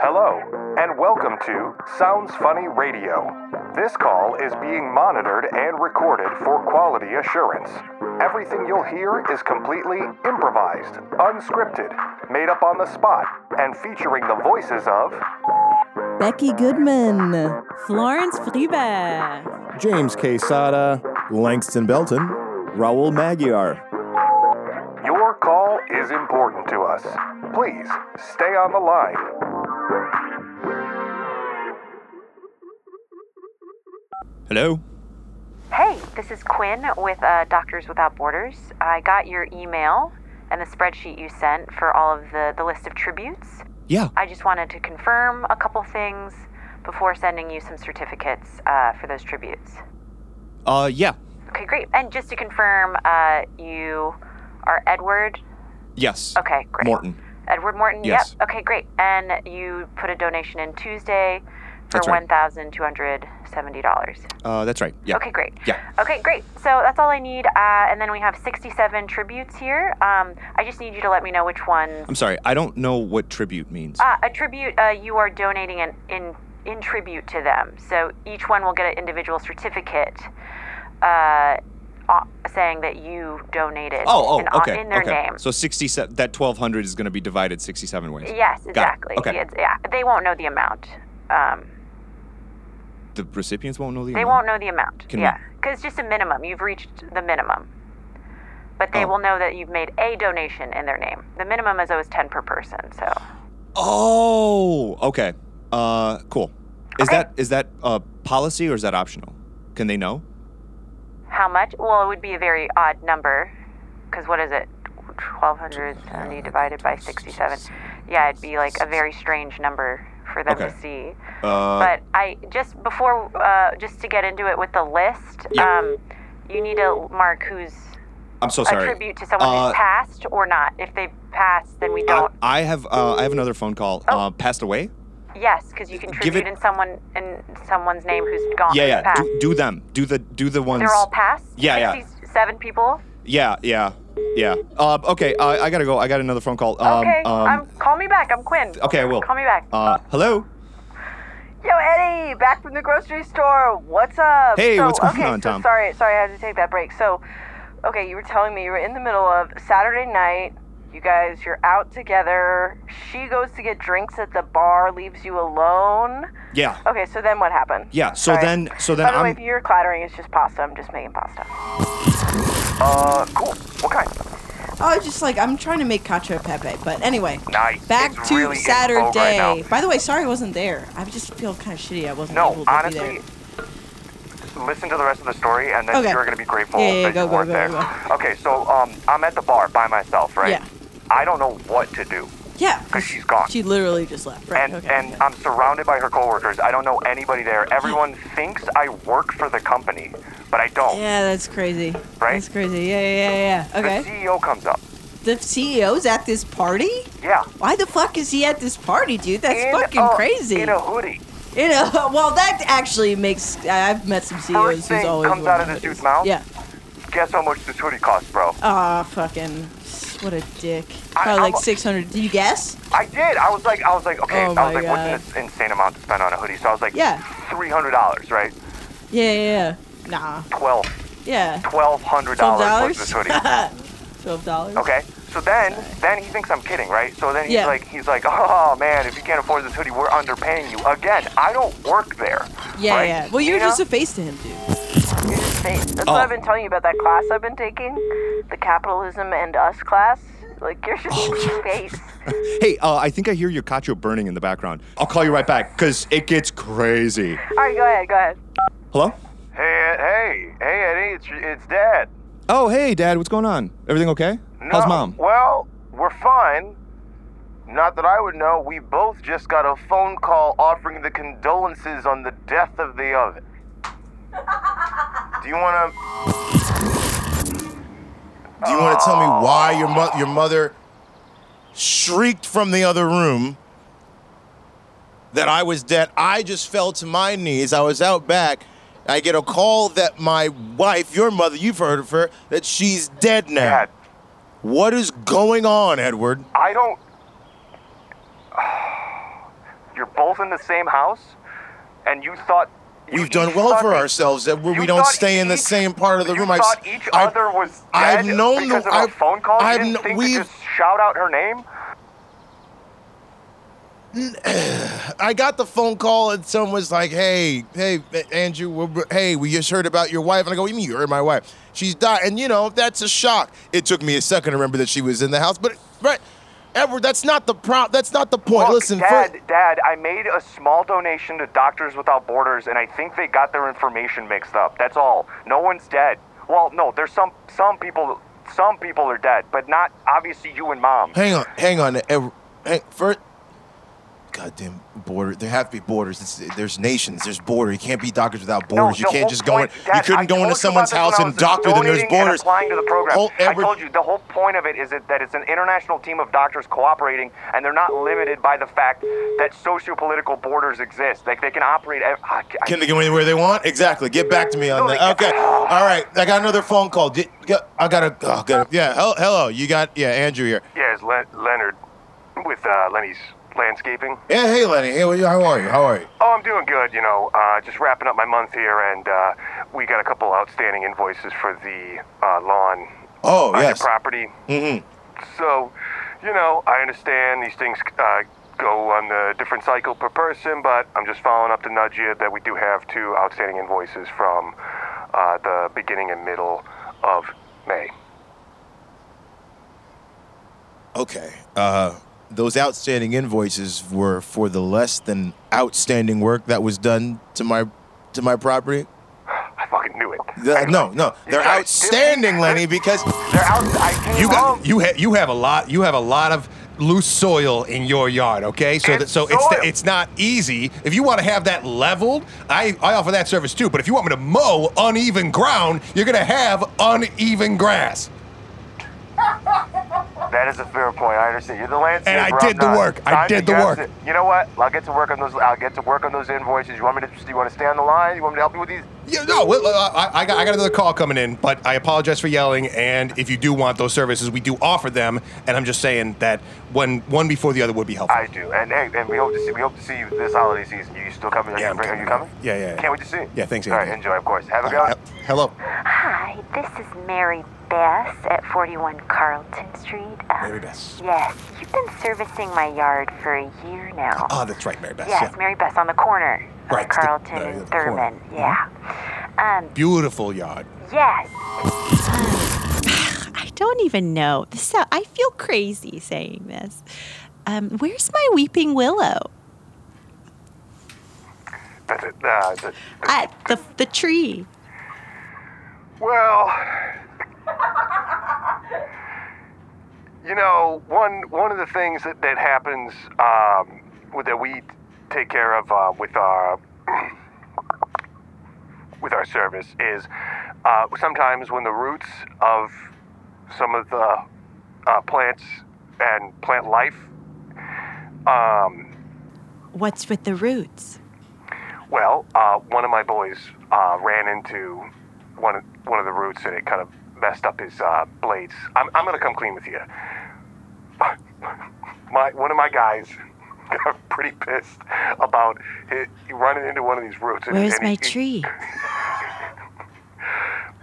Hello, and welcome to Sounds Funny Radio. This call is being monitored and recorded for quality assurance. Everything you'll hear is completely improvised, unscripted, made up on the spot, and featuring the voices of Becky Goodman, Florence Freeber, James Quesada, Langston Belton, Raul Magyar. Your Call is Important to Us. Please stay on the line. Hello? Hey, this is Quinn with uh, Doctors Without Borders. I got your email and the spreadsheet you sent for all of the, the list of tributes. Yeah. I just wanted to confirm a couple things before sending you some certificates uh, for those tributes. Uh, yeah. Okay, great. And just to confirm, uh, you are Edward. Yes. Okay, great. Morton. Edward Morton. Yes. Yep. Okay, great. And you put a donation in Tuesday for That's right. one thousand two hundred seventy dollars. Uh, that's right. Yeah. Okay, great. Yeah. Okay, great. So that's all I need. Uh, and then we have 67 tributes here. Um, I just need you to let me know which ones. I'm sorry. I don't know what tribute means. Uh, a tribute, uh, you are donating an, in, in tribute to them. So each one will get an individual certificate uh, uh, saying that you donated oh, in, oh, okay. in their okay. name. So 67, that 1200 is going to be divided 67 ways. yes, it. exactly. Okay. It's- yeah, they won't know the amount. Um, The recipients won't know the They won't know the amount. Can yeah, we- because just a minimum. You've reached the minimum, but they Oh. will know that you've made a donation in their name. The minimum is always ten per person. So Oh, okay. Uh, cool. Is Okay. that is that uh, policy or is that optional? Can they know? how much? Well, it would be a very odd number, because what is it? Twelve hundred seventy divided by sixty-seven. Yeah, it'd be like a very strange number for them Okay. to see. Uh, but I just before uh, just to get into it with the list, Yeah. um, you need to mark who's I'm so sorry. a tribute to someone Uh, who's passed or not. If they passed, then we I, don't. I have uh, I have another phone call. Oh. Uh, passed away. Yes, because you can Give tribute it- in someone in someone's name who's gone. Yeah, who's yeah. Passed. Do, do them. Do the do the ones. They're all passed. Yeah, yeah. Seven people. Yeah, yeah, yeah. Uh, okay, uh, I gotta go. I got another phone call. Um, Okay. um, um, call me back. I'm Quinn. okay, I will. Call me back. Uh, hello. Yo, Eddie, back from the grocery store. What's up? Hey, so, what's going okay, on, so Tom? Sorry, sorry, I had to take that break. So, okay, you were telling me you were in the middle of Saturday night. You guys, you're out together. She goes to get drinks at the bar, leaves you alone. Yeah, Okay, so then what happened? yeah. So Sorry. then, so then By the way, I'm. if you're clattering, it's just pasta. I'm just making pasta. Uh, cool. What kind? Oh, it's just like I'm trying to make cacio e pepe, but anyway. Nice. Back It's to really in Saturday. vogue right now. By the way, sorry I wasn't there. I just feel kind of shitty I wasn't No, able to be honestly, there. listen to the rest of the story, and then Okay. you're going to be grateful Yeah, yeah, yeah, that go, you go, weren't go, there. go, Okay, so um, I'm at the bar by myself, right? Yeah. I don't know what to do Yeah. because she's gone, She literally just left. Right. and okay, and um, okay. I'm surrounded by her coworkers. I don't know anybody there. Everyone thinks I work for the company, but I don't. yeah, that's crazy. Right? That's crazy. Yeah, yeah, yeah, yeah. The Okay. CEO comes up. The CEO's at this party? Yeah. Why the fuck is he at this party, dude? That's In fucking a- crazy. In a hoodie. You know, well, that actually makes. I- I've met some CEOs First who's thing always comes wearing out of this hoodies. dude's mouth? Yeah. Guess how much this hoodie costs, bro? Ah, fucking. What a dick. I- Probably I'm like a- 600. Did you guess? I did. I was like, I was like, okay. Oh I was my like, God. what's an insane amount to spend on a hoodie? So I was like, Yeah. three hundred dollars, right? Yeah, yeah, yeah. Nah. Twelve, Yeah. twelve hundred dollars was this hoodie. Twelve dollars. Okay. So then, then he thinks I'm kidding, right? So then he's Yeah. like, he's like, oh man, if you can't afford this hoodie, we're underpaying you again. I don't work there. Yeah, right? yeah. Well, you're You know? just a face to him, dude. You're just fake. That's Oh. what I've been telling you about that class I've been taking, the capitalism and us class. Like you're just Oh, face. Hey, uh, I think I hear your cacio burning in the background. I'll call you right back because it gets crazy. All right, go ahead, go ahead. Hello. Hey, Ed- hey, hey, Eddie, it's it's Dad. Oh, hey, Dad. What's going on? Everything okay? How's No, Mom? Well, we're fine. Not that I would know. We both just got a phone call offering the condolences on the death of the other. Do you want to? Do you want to tell me why your mo- your mother shrieked from the other room that I was dead? I just fell to my knees. I was out back. I get a call that my wife, your mother, you've heard of her, that she's dead now. Dad, What is going on, Edward? I don't. You're both in the same house, and you thought you- We've you done well thought for that- ourselves that we you we don't thought stay in the each- same part of the you room. thought each other was I've dead known because the- of a I've- phone call. You I've didn't kn- think to we've- just shout out her name. I got the phone call and someone was like, "Hey, hey, Andrew, we're- we're- hey, we just heard about your wife." And I go, "What do "You mean you heard my wife? She's died." And you know, that's a shock. It took me a second to remember that she was in the house, but right, Edward, that's not the pro. That's not the point. Look, Listen, fir- Dad, Dad, I made a small donation to Doctors Without Borders, and I think they got their information mixed up. That's all. No one's dead. Well, no, there's some some people some people are dead, but not obviously you and Mom. hang on, hang on, Edward. Hang, first, goddamn border. There have to be borders. It's, there's nations. There's border. You can't be doctors without borders. you the can't whole just go in. point- you Dad, I couldn't told go you into about someone's this when house I and was doctor them. There's donating and borders. applying to the program. Oh, I Edward- told you the whole point of it is that, that it's an international team of doctors cooperating, and they're not limited by the fact that socio-political borders exist. Like they can operate. At, I, I, Can they go anywhere they want? Exactly. Get back to me on No, that. they- Okay. All right. I got another phone call. Did, got- I got a. Oh, got a- yeah. hel- Hello. You got. Yeah. Andrew here. yeah, it's Le- Leonard with uh, Lenny's Landscaping. Yeah. Hey, Lenny. Hey. what- How are you? How are you? Oh, I'm doing good. You know, uh, just wrapping up my month here, and uh, we got a couple outstanding invoices for the uh, lawn Oh, on your yes. property. Mm-hmm. So, you know, I understand these things uh, go on the different cycle per person, but I'm just following up to nudge you that we do have two outstanding invoices from uh, the beginning and middle of May. Okay. Uh, those outstanding invoices were for the less than outstanding work that was done to my to my property. I fucking knew it. The- no, no, they're tried to- outstanding, Lenny, because They're out. I came You home. got you ha- you have a lot you have a lot of loose soil in your yard, okay? So And that so it's soil. it's not easy. If you want to have that leveled, I I offer that service too. But if you want me to mow uneven ground, you're gonna have uneven grass. That is a fair point. I understand. You're the landscaper. And I I'm did the not. work. I I'm did the guest. work. You know what? I'll get to work on those. I'll get to work on those invoices. You want me to? You want to stay on the line? You want me to help you with these? Yeah, no, well, I, I, I got, I got another call coming in, but I apologize for yelling. And if you do want those services, we do offer them. And I'm just saying that one one before the other would be helpful. I do. And hey, and we hope to see we hope to see you this holiday season. You still coming? Are Yeah, you- I'm are coming. you coming? Yeah, yeah, yeah. Can't wait to see. you. Yeah, thanks, All right, Andy. enjoy, of course. Have a good Uh, one. he- hello. Hi, this is Mary Bess at 41 Carlton Street. Um, Mary Bess. Yes, you've been servicing my yard for a year now. Ah, that's right, Mary Bess. yes, yeah. Mary Bess on the corner of Right, the- Carlton the- and the corner. Thurman. Yeah. Um, Beautiful yard. yes. I don't even know. This sou- I feel crazy saying this. Um, where's my weeping willow? That's it. Uh, that's it. At the the tree. Well, you know, one one of the things that that happens um, with- that we take care of uh, with our with our service is uh, sometimes when the roots of some of the uh, plants and plant life. Um, What's with the roots? well, uh, one of my boys uh, ran into one of, one of the roots and it kind of messed up his uh, blades. I'm, I'm going to come clean with you. my one of my guys got pretty pissed about his, running into one of these roots. and- Where's and he- my he- tree?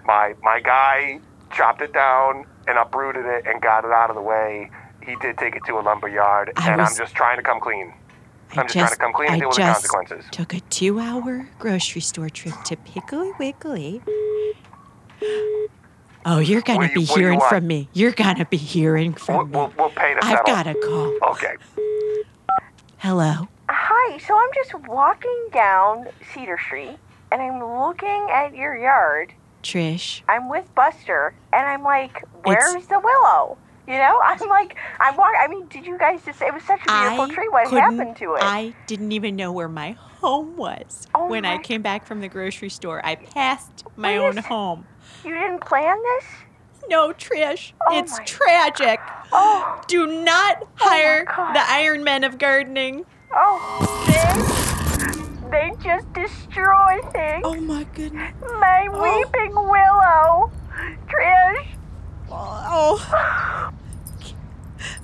my my guy chopped it down and uprooted it and got it out of the way. He did take it to a lumber yard, I and was- I'm just trying to come clean. I I'm just trying to come clean and I deal with the just consequences. Took a two-hour grocery store trip to Piggly Wiggly. Oh, you're gonna What do you- what be do you hearing want? from me. You're gonna be hearing We'll, from we'll, me. we'll pay to settle. I've got a call. Okay. Hello. Hi, so I'm just walking down Cedar Street and I'm looking at your yard. Trish, I'm with Buster and I'm like, It's- where's the willow? You know, I'm like, I'm walking. I mean, did you guys just? It was such a beautiful I tree. What couldn't- happened to it? I didn't even know where my home was Oh when I my- came back from the grocery store. I passed Wait my a own sec- home. you didn't plan this? No, Trish, Oh it's my- tragic. Oh, Do not hire God. the Iron Men of gardening. oh, they, they just destroy things. Oh my goodness. My weeping willow, Trish. Oh. oh.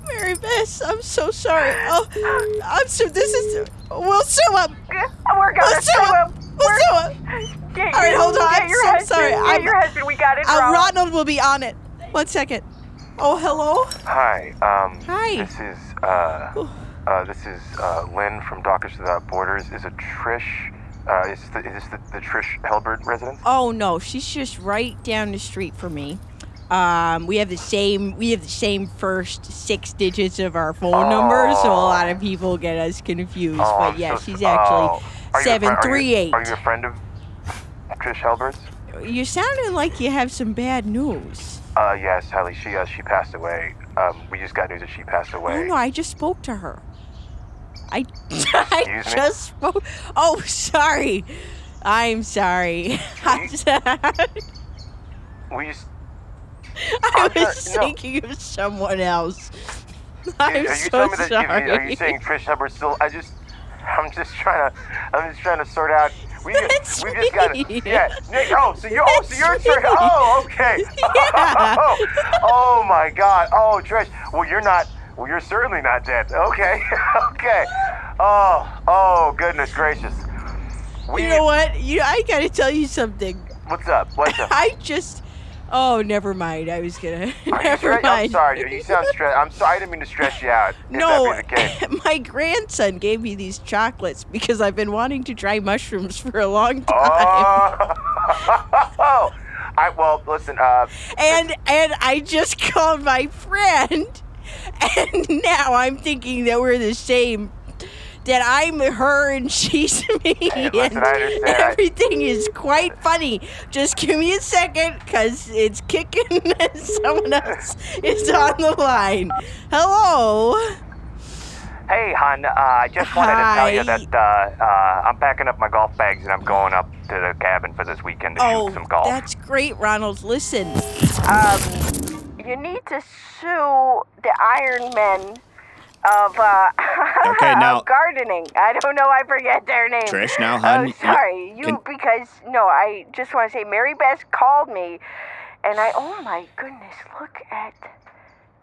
Mary Bess, I'm so sorry. Oh, I'm so. This is. We'll sue him. We're gonna We'll sue him. We'll sue him. Get All right, your- hold on. Get I'm your so husband. sorry. Get I'm- your husband. We got it Uh, wrong. Ronald will be on it. One second. Oh, hello. Hi. Um, Hi. This is uh, uh, this is uh, Lynn from Doctors Without Borders. Is it Trish? Uh, is the, is this the, the Trish Helbert residence? Oh no, she's just right down the street from me. Um, we have the same we have the same first six digits of our phone number, so a lot of people get us confused. Oh, but I'm yeah, so- she's oh. actually Are you a fri- seven are you- three eight. Are you a friend of Trish Helbert's? You sounded like you have some bad news. Uh, yes, Hallie. She uh, she passed away. Um, we just got news that she passed Oh, No, away. no, I just spoke to her. I, I Excuse me? just spoke. Oh, sorry. I'm sorry. I, You- We just. I I'm was sorry, Oh, no. thinking of someone else. are I'm you so telling me that you- sorry. are you saying Trish Helbert's still? I just. I'm just trying to. I'm just trying to sort out. We That's we just got. me. Yeah. Nick, oh, so you're. Oh, so That's you're Trish. me. Oh, okay. Yeah. Oh, oh my God. Oh, Trish. Well, you're not. Well, you're certainly not dead. Okay. okay. Oh. Oh, goodness gracious. We. You know what? You, I gotta tell you something. What's up? What's up? I just. Oh, never mind. I was gonna. Are you never stressed? mind. I'm sorry. You sound stressed. I'm sorry. I didn't mean to stress you out. If No, That be the case. my grandson gave me these chocolates because I've been wanting to try mushrooms for a long time, Oh. I, well, listen. Uh, and and I just called my friend, and now I'm thinking that we're the same, that I'm her and she's me, listen, and I understand. everything is quite funny. Just give me a second, cause it's kicking, and someone else is on the line. Hello. Hey, hon, uh, I just wanted to tell you Hi. that uh, uh, I'm packing up my golf bags and I'm going up to the cabin for this weekend to Oh, shoot some golf. that's great, Ronald. Listen. Um, You need to sue the Iron Men of uh, Okay, of now- gardening. I don't know. I forget their name. Trish, now, hon, Oh, you- sorry. You can- because no, I just want to say Mary Beth called me, and I oh my goodness, look at.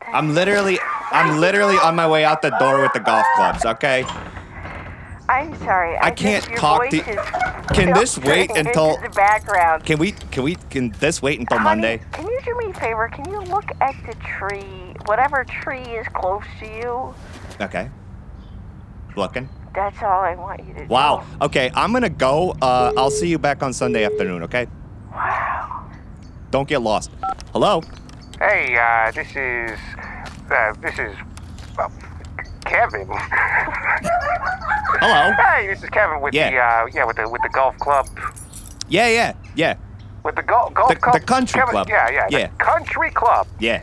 I'm literally, I'm literally on my way out the door with the golf clubs. Okay. I'm sorry. I, I think can't your talk voice to- Is Can this wait filtering until? into the background? Can we? Can we? Can this wait until Honey, Monday? Can you do me a favor? Can you look at the tree, whatever tree is close to you? Okay. Looking. That's all I want you to do. Wow. Okay, I'm gonna go. Uh, I'll see you back on Sunday afternoon. Okay. Don't get lost. Hello. Hey, uh, this is. Uh, this is. Uh, Kevin. Hello. hey, this is Kevin with Yeah. the uh, yeah with the with the golf club Yeah, yeah, yeah, with the golf golf The- club the country Kevin, club. Yeah, yeah, Yeah. The country club. yeah.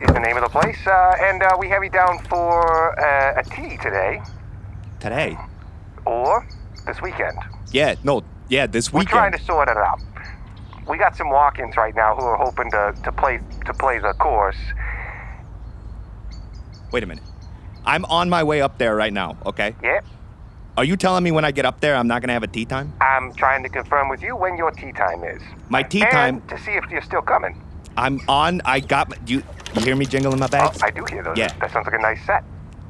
is the name of the place, uh, and uh, we have you down for uh, a tea today Today. or this weekend. Yeah. No. Yeah. This We're trying weekend. to sort it out. We got some walk-ins right now who are hoping to, to play to play the course. Wait a minute. I'm on my way up there right now. Okay. Yeah, Are you telling me when I get up there I'm not gonna have a tea time? I'm trying to confirm with you when your tea time is. My tea and time. to see if you're still coming. I'm on. I got. my- You. You hear me jingling my Oh, bags? I do hear those. Yeah. That sounds like a nice set.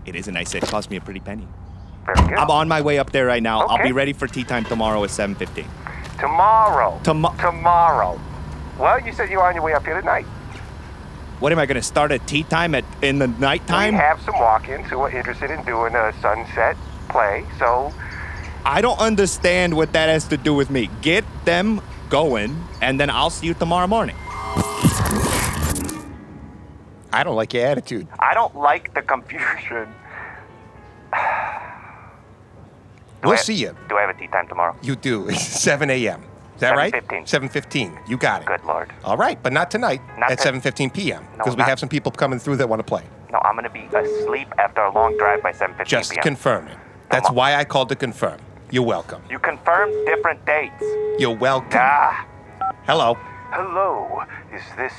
It is a nice. It cost me a pretty penny. Very good. I'm on my way up there right now. I'll Okay. be ready for tea time tomorrow at 7:15. Tomorrow. Tomo- tomorrow. Well, you said you were on your way up here tonight. What am I gonna start at tea time at in the nighttime? We have some walk-ins who are interested in doing a sunset play, so I don't understand what that has to do with me. Get them going, and then I'll see you tomorrow morning. I don't like your attitude. I don't like the confusion. Do We'll I- see you. Do I have a tea time tomorrow? You do. It's 7 a.m. Is that right? 7:15. 7.15. You got it. Good lord. All right, but not tonight Not at to- 7.15 p.m. No, Because we not- have some people coming through that want to play. No, I'm gonna be asleep after a long drive by 7:15 Just p.m. confirming. That's on. why I called to confirm. You're welcome. you confirmed different dates. You're welcome. Ah, Hello. hello. Is this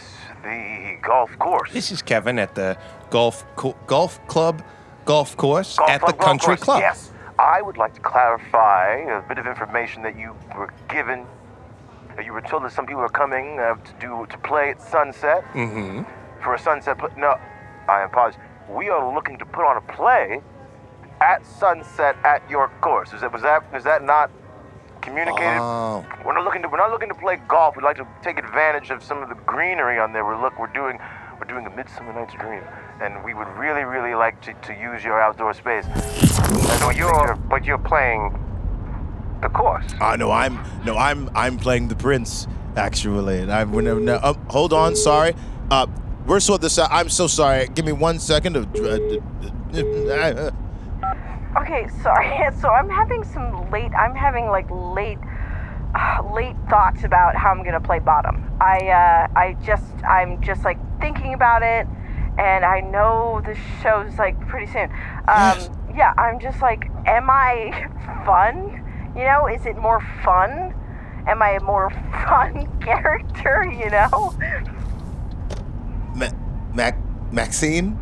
the golf course? This is Kevin at the golf co- golf club golf course Golf at club, the golf country course, club. Yes. I would like to clarify a bit of information that you were given. Uh, You were told that some people are coming uh, to do to play at sunset. Mm-hmm. For a sunset, pl- no, I apologize. We are looking to put on a play at sunset at your course. Is that was that is that not communicated? Uh, Oh. We're not looking to we're not looking to play golf. We'd like to take advantage of some of the greenery on there. We're look we're doing we're doing a midsummer night's dream, and we would really really like to, to use your outdoor space. So you're, but you're playing the course. Uh, no, I'm no, I'm I'm playing the prince. Actually, and I would never know. Oh, hold on, sorry. Uh, we're sort this out. I'm so sorry. Give me one second of. Uh, Okay, sorry. So I'm having some late. I'm having like late, uh, late thoughts about how I'm gonna play bottom. I uh, I just I'm just like thinking about it, and I know the show's like pretty soon. Um, yeah, I'm just like, am I fun? You know, is it more fun? Am I a more fun character? You know? Ma- Mac Maxine,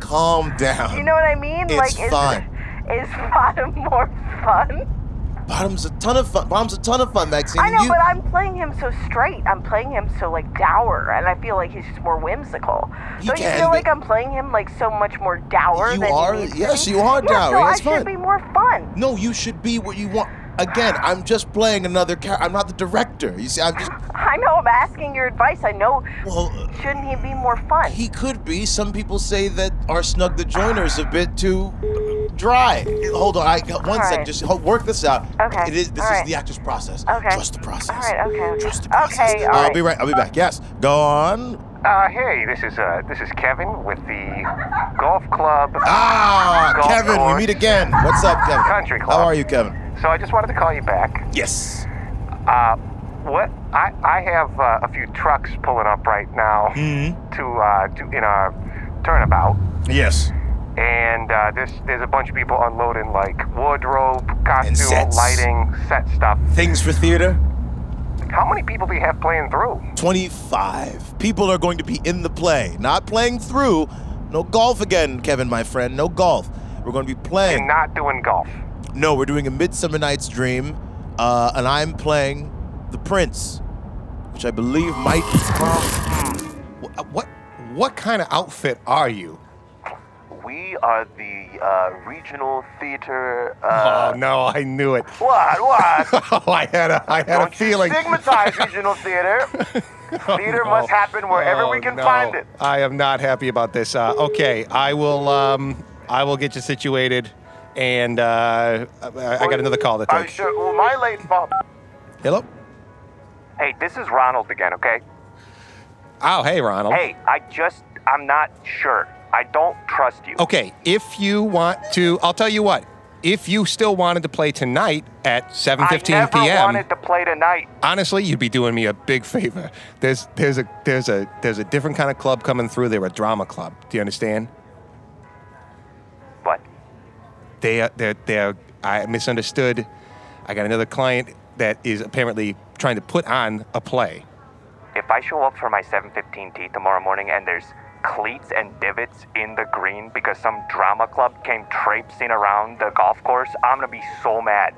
calm down. You know what I mean? It's like, fun. is is bottom more fun? Bottom's a ton of fun. Bottom's a ton of fun, Maxine. I know, you, but I'm playing him so straight. I'm playing him so like dour, and I feel like he's just more whimsical. You Don't can, you feel like but- I'm playing him like so much more dour You than are- He needs to yes, be? you are yeah, dour, So it's I fun. should be more fun. no, you should be what you want. Again, I'm just playing another character. I'm not the director. You see, I'm just. I know. I'm asking your advice. I know. Well, Shouldn't he be more fun? He could be. Some people say that our snug the joiner is a bit too dry. Hold on, I got one All sec. right. Just ho- work this out. Okay, It is. This all is right. the actor's process. Okay. Trust the process. All right, okay, okay. Trust the process. Okay, all I'll right. be right. I'll be back. Yes. Go on. Uh, hey, this is uh, this is Kevin with the golf club. Ah, Golf Kevin. course. We meet again. What's up, Kevin? Country club. How are you, Kevin? So I just wanted to call you back. Yes. Uh, what I I have uh, a few trucks pulling up right now to uh to in our turnabout, Mm-hmm. Yes. and uh, there's there's a bunch of people unloading like wardrobe, costume, sets. lighting, set stuff. Things for theater. How many people do you have playing through? 25 people are going to be in the play, not playing through. No golf again, Kevin, my friend. No golf. We're going to be playing. And not doing golf. No, we're doing a Midsummer Night's Dream, uh, and I'm playing the Prince, which I believe might. Wh- What what kind of outfit are you? We are the uh, regional theater. Oh Uh, no, I knew it. What? What? Oh, I had a I had a Don't you feeling. stigmatize regional theater. Theater No. must happen wherever Oh, we can no. find it. I am not happy about this. Uh, okay, I will. Um, I will get you situated, and uh, I, I got another call to I'm take. sure. Well, my late fault. Hello. Hey, this is Ronald again. Okay. Oh, hey, Ronald. Hey, I just I'm not sure. I don't trust you. Okay, if you want to, I'll tell you what. If you still wanted to play tonight at 7:15 I never p.m., wanted to play tonight. honestly, you'd be doing me a big favor. There's there's a there's a there's a different kind of club coming through. They're a drama club. Do you understand? But They are they're they're I misunderstood. I got another client that is apparently trying to put on a play. if I show up for my 7:15 tea tomorrow morning and there's cleats and divots in the green because some drama club came traipsing around the golf course, I'm gonna be so mad.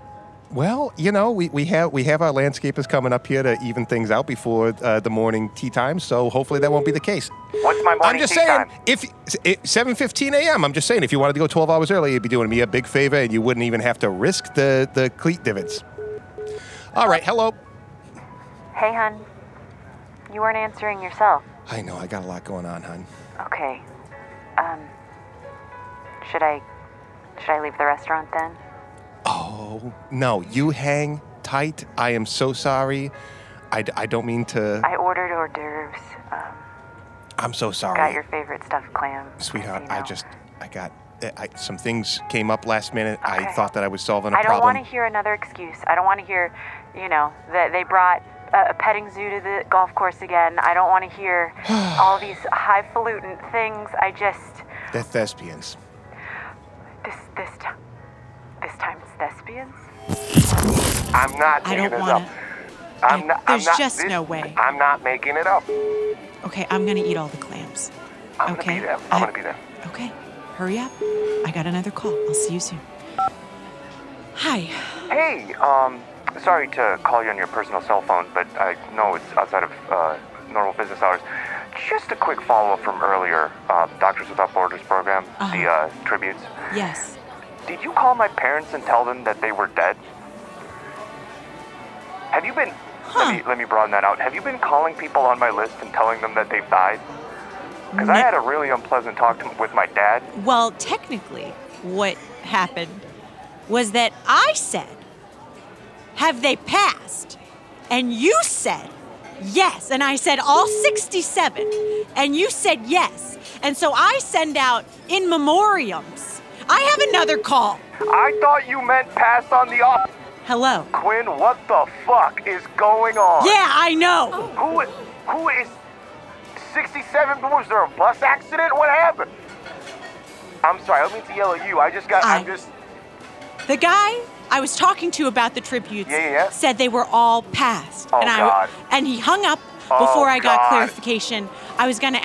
Well, you know, we, we have we have our landscapers coming up here to even things out before uh, the morning tea time. So hopefully that won't be the case. What's my morning I'm just tea saying, time? if it, 7:15 a.m., I'm just saying, if you wanted to go 12 hours early, you'd be doing me a big favor, and you wouldn't even have to risk the the cleat divots. All right, hello. Hey, hun. You weren't answering yourself. I know I got a lot going on, hon. Okay. Um. Should I? Should I leave the restaurant then? Oh no, you hang tight. I am so sorry. I, d- I don't mean to. I ordered hors d'oeuvres. Um, I'm so sorry, Oh. got your favorite stuffed clam. sweetheart. you I know. just I got I, I- some things came up last minute. I Okay. thought that I was solving a I don't problem. want to hear another excuse. I don't want to hear, you know, that they brought a, a petting zoo to the golf course again. I don't want to hear all these highfalutin things. I just They're thespians. this this time this time it's thespians. I'm not I making don't this want up. I'm not. There's I'm not, just this- no way. I'm not making it up. to. Okay, I'm going to eat all the clams. I'm gonna okay. be there. I- I'm gonna be there. Okay, hurry up. I got another call. I'll see you soon. Hi. Hey, um, sorry to call you on your personal cell phone, but I know it's outside of uh, normal business hours. Just a quick follow up from earlier uh, Doctors Without Borders program, the Uh-huh. uh, tributes. Yes. Did you call my parents and tell them that they were dead? Have you been. Let, me, let me broaden that out. Have you been calling people on my list and telling them that they've died? Because I No. had a really unpleasant talk to, with my dad. Well, technically, what happened was that I said, Have they passed? And you said, Yes. And I said, All 67. And you said, Yes. And so I send out in memoriams. I have another call. I thought you meant pass on the off. Hello. Quinn, what the fuck is going on? Yeah, I know. Who is. Who is. 67? Was there a bus accident? What happened? I'm sorry, I don't mean to yell at you. I just got. I- I'm just. The guy I was talking to about the tributes Yeah, yeah, yeah. said they were all passed. Oh, and I, God. And he hung up Oh, before I got God. clarification. I was going to.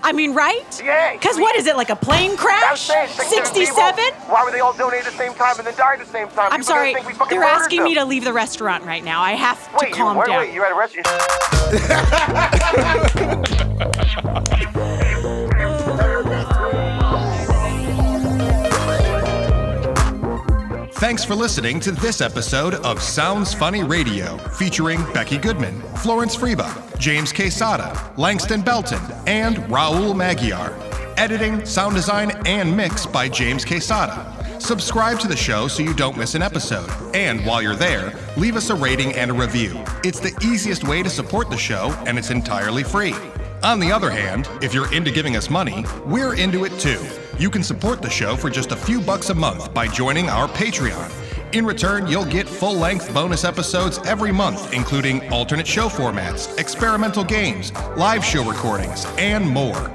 I mean, right? Yeah. Because what is it, like a plane crash? That's it, 67? people. Why were they all donated at the same time and then died at the same time? I'm People sorry. didn't Think we fucking They're murdered asking them. me to leave the restaurant right now. I have Wait, to calm you, wait, down. Wait, you're at a restaurant. Thanks for listening to this episode of Sounds Funny Radio, featuring Becky Goodman, Florence Freeba, James Quesada, Langston Belton, and Raul Magyar. Editing, sound design, and mix by James Quesada. Subscribe to the show so you don't miss an episode. And while you're there, leave us a rating and a review. It's the easiest way to support the show, and it's entirely free. On the other hand, if you're into giving us money, we're into it too. You can support the show for just a few bucks a month by joining our Patreon. In return, you'll get full length bonus episodes every month, including alternate show formats, experimental games, live show recordings, and more.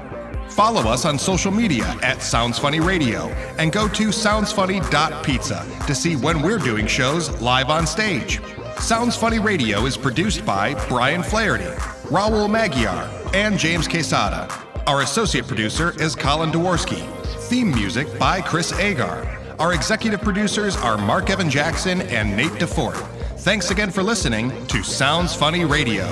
Follow us on social media at Sounds Funny Radio and go to soundsfunny.pizza to see when we're doing shows live on stage. Sounds Funny Radio is produced by Brian Flaherty, Raul Magyar, and James Quesada. Our associate producer is Colin Dworsky. Theme music by Chris Agar. Our executive producers are Mark Evan Jackson and Nate DeFort. Thanks again for listening to Sounds Funny Radio.